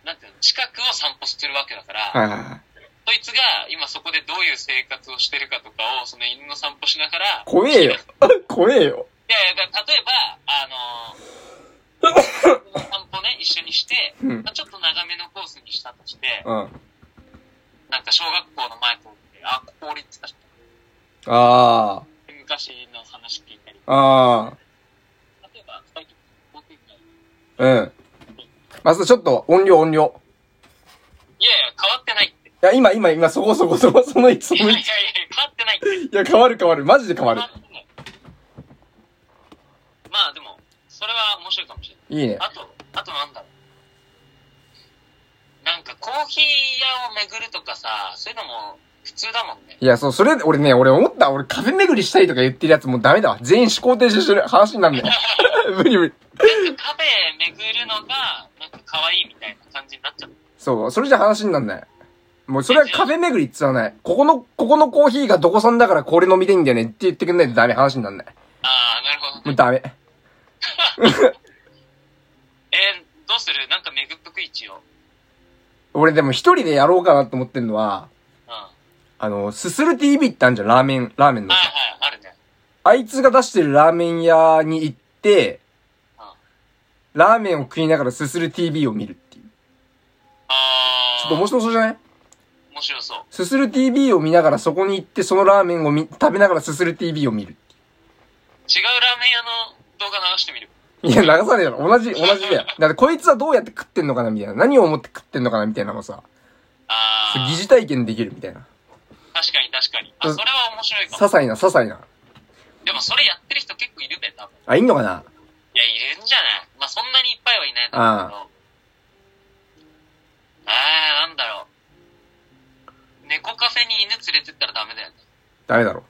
S1: なんていうの、近くを散歩するわけだから、
S2: はいはいはい。
S1: そいつが今そこでどういう生活をしてるかとかを、その犬の散歩しながら、
S2: 怖えよ。 怖えよ。
S1: いやいや、だから例えば、あのー、散歩ね、一緒にして、
S2: うん。うん。
S1: まあ、ちょっと長めのコースにしたとして、
S2: あ
S1: なんか小学校の前通って、あ、ここ降りてたし、
S2: あ
S1: 昔の話聞いたり、
S2: ー。あ
S1: 例えば、最近、僕以外に
S2: あ。うん。まずちょっと音量音量。
S1: いやいや、変わってない って。
S2: いや、今、今、今、そこそこそこ、その位置、そ
S1: いや
S2: の
S1: いや
S2: 位
S1: いや、
S2: 置。
S1: 変わってないって。
S2: いや、変わる変わる。マジで変わ
S1: 変
S2: る
S1: わ。ってない。まあでも、それは面白いかもしれない。
S2: いいね。
S1: あと、あとなんだろう。なんかコーヒー屋を巡るとかさ、そういうのも普通だもんね。
S2: いや、そう、それ、俺ね、俺思った。俺、カフェ巡りしたいとか言ってるやつもうダメだわ。全員思考停止してる。話になんね 無理無理。
S1: なんかカフェ巡るのが、なんか可愛いみたいな感じになっちゃう。
S2: そう、それじゃ話になんない。もう、それはカフェ巡りって言わない。ここの、ここのコーヒーがどこさんだからこれ飲みたいんだよねって言ってくんないとダメ。話になんない。
S1: ああ、なるほど
S2: もう
S1: ね。
S2: ダメ。
S1: えーどうするなんか巡っとく一応。
S2: 俺、でも一人でやろうかなと思ってんのは、
S1: うん。はい
S2: あの、すする TV ってあるじゃん。ラーメン、ラーメンのさ。
S1: はい、あるね。
S2: あいつが出してるラーメン屋に行って、
S1: うん。あ
S2: ラーメンを食いながらすする TV を見るっていう。
S1: あ
S2: ちょ
S1: ー。
S2: っと面白そうじゃない
S1: 面白そう。
S2: すする TV を見ながらそこに行ってそのラーメンをみ食べながらすする TV を見る。
S1: 違うラーメン屋の動画流してみる。
S2: いや、流さねえだろ。同じ、同じだよ。だってこいつはどうやって食ってんのかなみたいな。何を思って食ってんのかなみたいなのをさ、
S1: あ
S2: 疑
S1: あ。
S2: 似体験できるみたいな。
S1: 確かに確かに。あ、それは面白い
S2: 些
S1: かも。
S2: 細な、些細な。
S1: でもそれやってる人結構いるべ、多分。
S2: あ、いいのかない
S1: や、いるんじゃないまあ、そんなにいっぱいはいないんだけど。ああー、なんだろう。猫カフェに犬連れてったらダメだよね。
S2: ダメだろ。
S1: う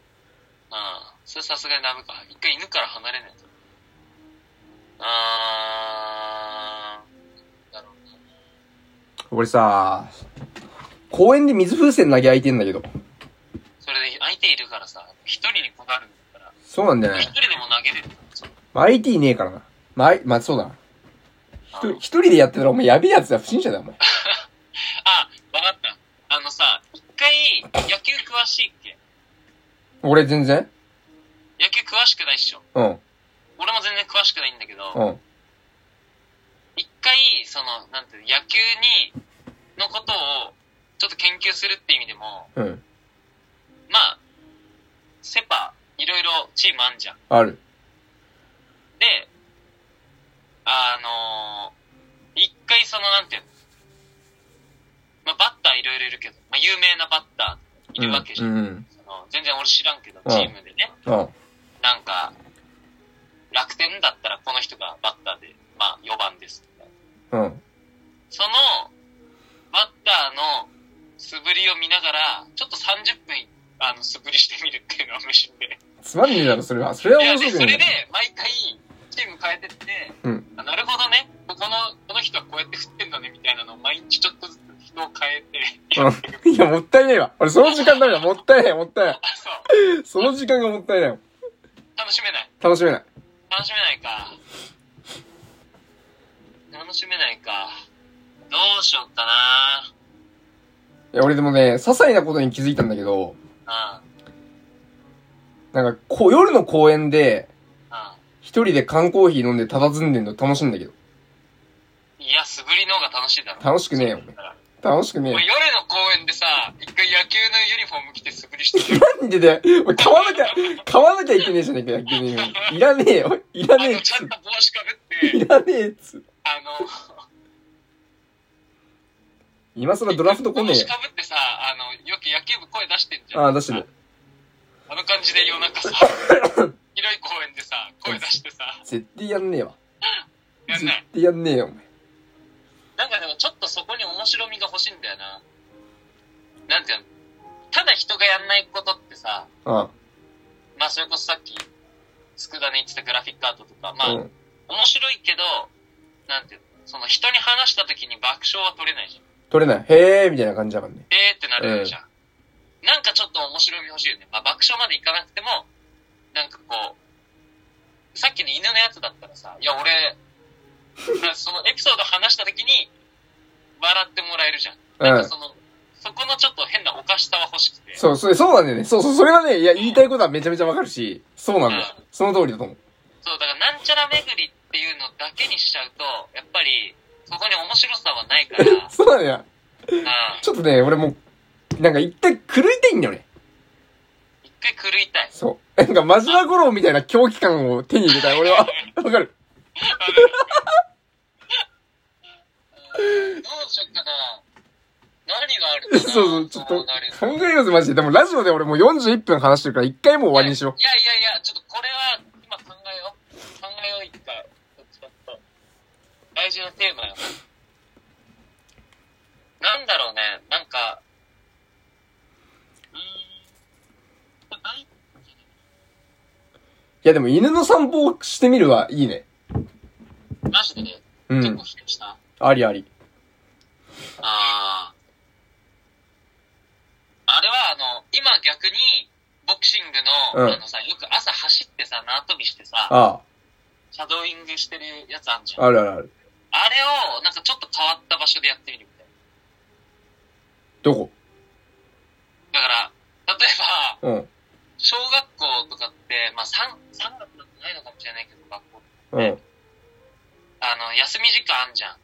S1: ん。それさすがにダメか。一回犬から離れないと。あー、なんだろうな。
S2: 俺さ、公園で水風船投げ合いてんだけど。
S1: それで相手いるからさ、一人にこだわるんだか
S2: そうなんだよ
S1: ら、一
S2: ね。
S1: 人でも投げれるそう
S2: まあ、IT ねえからな。まあ、I- まあ、そうだな。
S1: あ
S2: 一人一人でやってたらお前やべえやつだ。不審者だよ、お前。
S1: あ、わかった。あのさ、一回野球詳しいっけ
S2: 俺全然
S1: 野球詳しくないっしょ。
S2: うん、
S1: 俺も全然詳しくないんだけど、
S2: うん、
S1: 一回、その、なんていうの野球に、のことを、ちょっと研究するって意味でも、
S2: うん。
S1: まあ、セパ、いろいろチームあんじゃん。
S2: ある。
S1: で、あのー一回その、なんていうの、まあ、バッターいろいろいるけど、まあ、有名なバッターいるわけじゃん。
S2: うん、うん。
S1: その全然俺知らんけど、
S2: うん
S1: チームでね、
S2: うん。
S1: なんか、楽天だったらこの人がバッターで、まあ、4番ですみたいな。
S2: うん。
S1: その、バッターの素振りを見ながら、ちょっと30分、あの、素振りしてみるっていうのは無心で。
S2: つまんねえだろ、それは。それはい
S1: や、
S2: 面
S1: で、
S2: 白
S1: そ
S2: くね
S1: れで
S2: えだろ。、
S1: 毎回、チーム変えてって、
S2: うん。
S1: あなるほどね、ここの、この人はこうやって振ってんだね、みたいなのを毎日ちょっとずつ人を変え て、やっていく。
S2: いや、もったいねえわ。俺、その時間ダメだ。もったいない、もったいない。
S1: あ、そう。
S2: その時間がもったいない。
S1: 楽しめない。
S2: 楽しめない。
S1: 楽しめないか。楽しめないか。どうしよっかない
S2: や、俺でもね、些細なことに気づいたんだけ
S1: うん、
S2: ど、なんか、こう、夜の公園で、
S1: う
S2: 一人で缶コーヒー飲んで佇んでんの楽しいんだけど。
S1: ん。いや、素振りの方が楽しいだろ。
S2: 楽しくねえよ
S1: そうだったら
S2: 楽しくねえよ
S1: 俺。夜の公園でさ、一回野球のユニフォーム着て素振りしてる。
S2: なんでだよ。俺買わなきゃ、買わなきゃいけねえじゃねえか、逆に。いらねえよ。いら
S1: あ
S2: ねえ
S1: の、
S2: っ
S1: ちゃ
S2: つ
S1: んと帽子かぶ
S2: う。
S1: っ
S2: い
S1: て、
S2: らねえっつう。
S1: あの、
S2: 今更ドラフト来ね
S1: 帽
S2: え
S1: 子
S2: よ。
S1: かぶってさ、あの、よく野球部声出してんじゃん。
S2: ああ、出してる。
S1: あの感じで夜中かさ、広い公園でさ、声出してさ、
S2: 絶対やんねえわ。
S1: やん
S2: 絶
S1: ない。
S2: 対やんねえよ、お前。
S1: なんかでもちょっとそこに面白みが欲しいんだよな。なんていうの、ただ人がやんないことってさ、
S2: うん。
S1: まあそれこそさっき、つくだね言ってたグラフィックアートとか、まあ、
S2: うん。
S1: 面白いけど、なんていうの、その人に話した時に爆笑は取れないじゃん。
S2: 取れない。へえーみたいな感じだからね。
S1: えーってなるじゃん。なんかちょっと面白み欲しいよね。まあ爆笑までいかなくても、なんかこう、さっきの犬のやつだったらさ、いや俺、 そのエピソード話した時に、笑ってもらえるじゃん。
S2: う
S1: なん
S2: ん
S1: か。その、そこのちょっと変なおかしさは欲しくて。
S2: そう、それ、そうなんだよね。そうそう、それはね、いや、言いたいことはめちゃめちゃわかるし、そうなんだよ。その通りだと思う。
S1: そう、だからなんちゃら巡りっていうのだけにしちゃうと、やっぱり、そこに面白さはないから、 うん。
S2: そうなんだよ。
S1: 一
S2: ちょっとね、俺もう、なんか一回狂いたいんだよね。
S1: 回狂いたい。
S2: そう。なんか、マジラゴロみたいな狂気感を手に入れたい、俺は。わかる。
S1: うんどうしよっかな。何があるかな。
S2: そうそう、ちょっと
S1: うなる、
S2: 考えようぜ、マジで。でも、ラジオで俺もう41分話してるから、一回もう終わりにしよ
S1: いやいやいや、ちょっとこれは、今考えよう。考えよう、一回。ちょっと。大事なテーマよ。なんだろうね、なんか、うーん、ない、
S2: う。いや、でも、犬の散歩をしてみるはいいね。
S1: マジでね、
S2: う
S1: 結
S2: ん
S1: 構。否定した。
S2: ありあり。
S1: ああ。あれは、あの、今逆に、ボクシングの、
S2: うん
S1: あのさ、よく朝走ってさ、縄跳びしてさ、
S2: あ
S1: シャドーイングしてるやつあんじゃん。
S2: あ、
S1: あ
S2: あるあるある。
S1: れを、なんかちょっと変わった場所でやってみるみたい
S2: どこ
S1: な。だから、例えば、
S2: うん。
S1: 小学校とかって、まあ3、三学なんてないのかもしれないけど、学校。
S2: うん。
S1: あの、休み時間あんじゃん。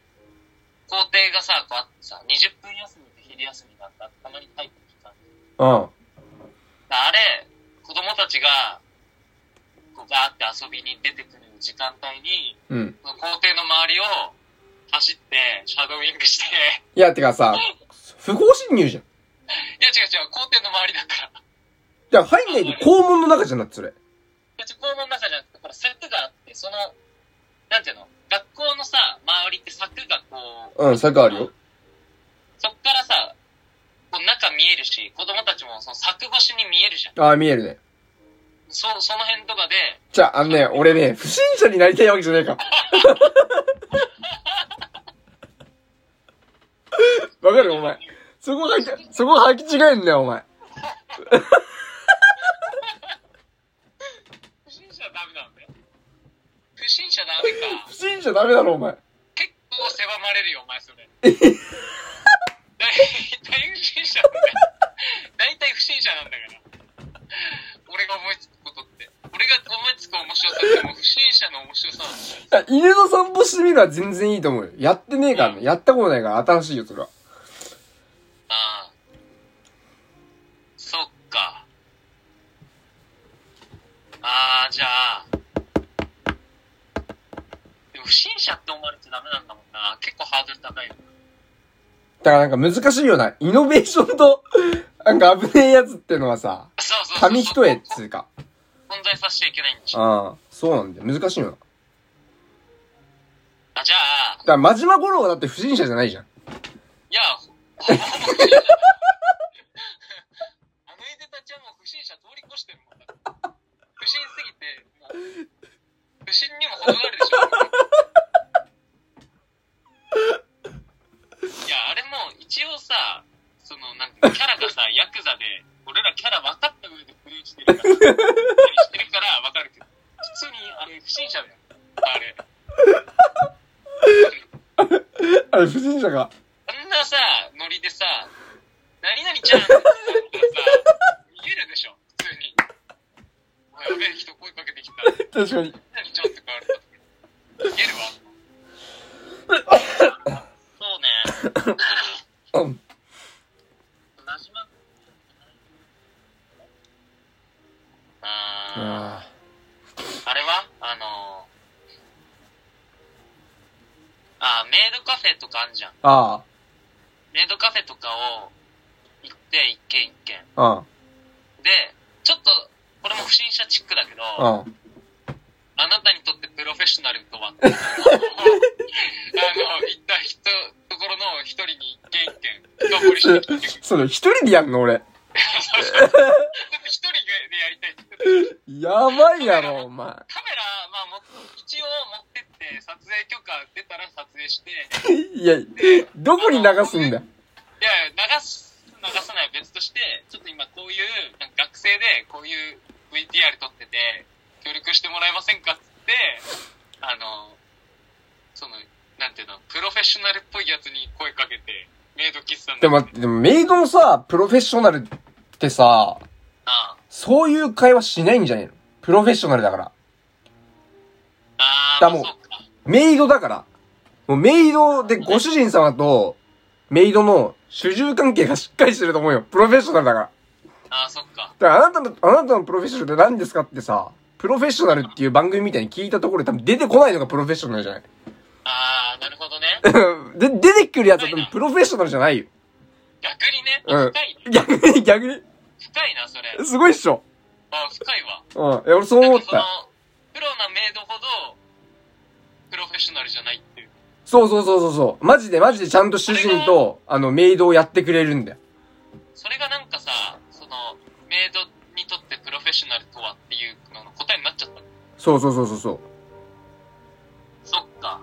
S1: 校庭がさ、こうあってさ、20分休みと昼休みがあって、たまに帰ってきた
S2: うん。
S1: あれ、子供たちが、こうガーって遊びに出てくる時間帯に、
S2: うん。
S1: その校庭の周りを走って、シャドウイングして、
S2: いや、て かさ、不法侵入じゃん。い
S1: いや違う違う、校庭の周りだから。
S2: や、入んないで肛門の中じゃなくて、それ。
S1: 別に校門の中じゃなくて、これ柵があって、その、なんていうの、学校のさ、周りって柵がこう、
S2: うん、坂あるよ。
S1: そっからさ、こう中見えるし、子供たちもその柵越しに見えるじゃん。
S2: ああ、見えるね。
S1: そ、その辺とかで、
S2: じゃあ、あのね、俺ね、不審者になりたいわけじゃないから。 わかるお前。そこが、そこが履き違えんだよ、お前。
S1: 不審者はダメなんだよ。不審者ダメか
S2: 不。審者ダメだろ、お前。
S1: 結構狭まれるよ、お前それ。大体不審者なんだよ。大体不審者なんだから。俺が思いつくことって。俺が思いつく面白さってもう不審者の面白さなんだよ。
S2: いや犬の散歩してみるのは全然いいと思うよ。やってねえからね。やったことないから、新しいよ、それは。
S1: ああ。そっか。ああ、じゃあ。でも不審者って思われちゃダメなんだもんな。結構ハードル高いよ。
S2: だからなんか難しいよな。イノベーションと、なんか危ねえやつってのはさ、
S1: そうそうそう。
S2: 紙一重っつうか。
S1: 混在させちゃいけないんでしょ。
S2: ああ、そうなんだよ。難しいよな。だか
S1: あ、じゃあ、
S2: ら、真島五郎はだって不審者じゃないじゃん。
S1: いや、ほぼほぼ不審者だあのいでたちはもう不審者通り越してるもんだから不審すぎて、もう、不審にも程があるでしょ。いや、あれも一応さ、その、なんかキャラがさ、ヤクザで、俺らキャラ分かった上でプレイしてるから、プレイしてるから分かるけど、普通にあれ不審者だよ。あれ。
S2: あれ、不審者
S1: あん
S2: が。
S1: なさ、ノリでさ、何々ちゃんってさ、見えるでしょ、普通に。おいやべえ人声かけてきた。何
S2: 確
S1: 々ちゃ
S2: かに。
S1: んって変われた。見えるわ。そうね。
S2: うん。
S1: なじま。あ
S2: あ
S1: ーあれはあのー、あー、メイドカフェとかあんじゃん。
S2: あ。
S1: メイドカフェとかを行って、一軒一軒。
S2: ああ。
S1: で、ちょっと、これも不心者チックだけど、
S2: う
S1: あ
S2: ん。
S1: なたにとってプロフェッショナルとはあの、行った人、ところの一人に一軒一軒、どっぷりして聞いてくる。
S2: それ、一人でやんの俺。
S1: だって一人でやりたいって言ってた
S2: やばいやろ、お前。
S1: カメラ、まあ、も一応持ってって、撮影許可出たら撮影して、い
S2: いや、どこに流すんだよ。
S1: や、流す、流さないは別として、ちょっと今こういう、なんか学生でこういう VTR 撮ってて、協力してもらえませんかっつって、あの、その、なんていうの、プロフェッショナルっぽいやつに声かけて、メイド喫茶に
S2: でも待って、でもメイドのさ、プロフェッショナルってさ、
S1: あ
S2: そういう会話しないんじゃねえのプロフェッショナルだから。
S1: あ、あ
S2: だ
S1: あ、
S2: もん
S1: そうか。
S2: メイドだから。もうメイドでご主人様と、メイドの主従関係がしっかりしてると思うよ。プロフェッショナルだから。
S1: ああ、そっか。
S2: だからあなたの、あなたのプロフェッショナルって何ですかってさ、プロフェッショナルっていう番組みたいに聞いたところで多分出てこないのがプロフェッショナルじゃない
S1: ああ、なるほどね。
S2: で、出てくるやつは多分プロフェッショナルじゃないよ。
S1: 逆にね、
S2: うん
S1: 深いね。
S2: 逆に、逆に。
S1: 深いな、それ。
S2: すごいっしょ。
S1: ああ、深いわ。
S2: うん。いや、俺そう思っ
S1: なんか
S2: た。
S1: そのプロなメイドほど、プロフェッショナルじゃないっていう。
S2: そうそうそうそうそう。マジでマジでちゃんと主人と、あの、メイドをやってくれるんだよ。
S1: それがなんかさ、その、メイドにとってプロフェッショナルとはっていうのの答えになっちゃった。
S2: そうそうそうそうそう。
S1: そっか。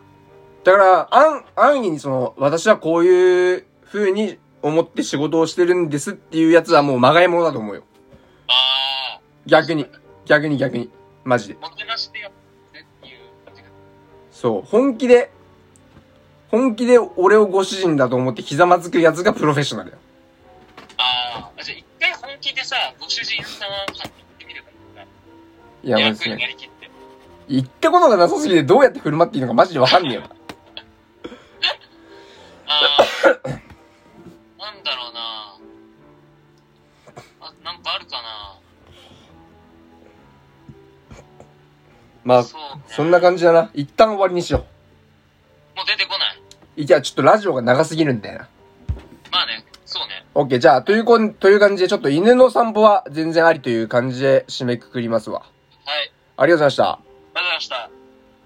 S2: だから、安、安易にその、私はこういう風に思って仕事をしてるんですっていうやつはもうまがいものだと思うよ。
S1: あー、
S2: 逆に。逆に逆に。マジで。
S1: もてなしてやってっていう感じが。
S2: そう。本気で、本気で俺をご主人だと思ってひざまずくやつがプロフェッショナルだよ。
S1: あー、あじゃあ一回本気でさ、ご主人さんは行ってみればいいんだ。
S2: いや、マジ
S1: 役にな
S2: で。
S1: りきって。
S2: 言ったことがなさすぎてどうやって振る舞っていいのかマジでわかんねえよ。
S1: あ ー、なんだろうなあ、なんかあるかな
S2: まあ、
S1: そうね
S2: そんな感じだな。一旦終わりにしよ
S1: もう出てこない。
S2: う。いや、ちょっとラジオが長すぎるんだよな。
S1: まあね、そうね。
S2: オッケー、じゃあ、というこん、という感じで、ちょっと犬の散歩は全然ありという感じで締めくくりますわ。
S1: はい。
S2: ありがとうございました。
S1: ありがとうございました。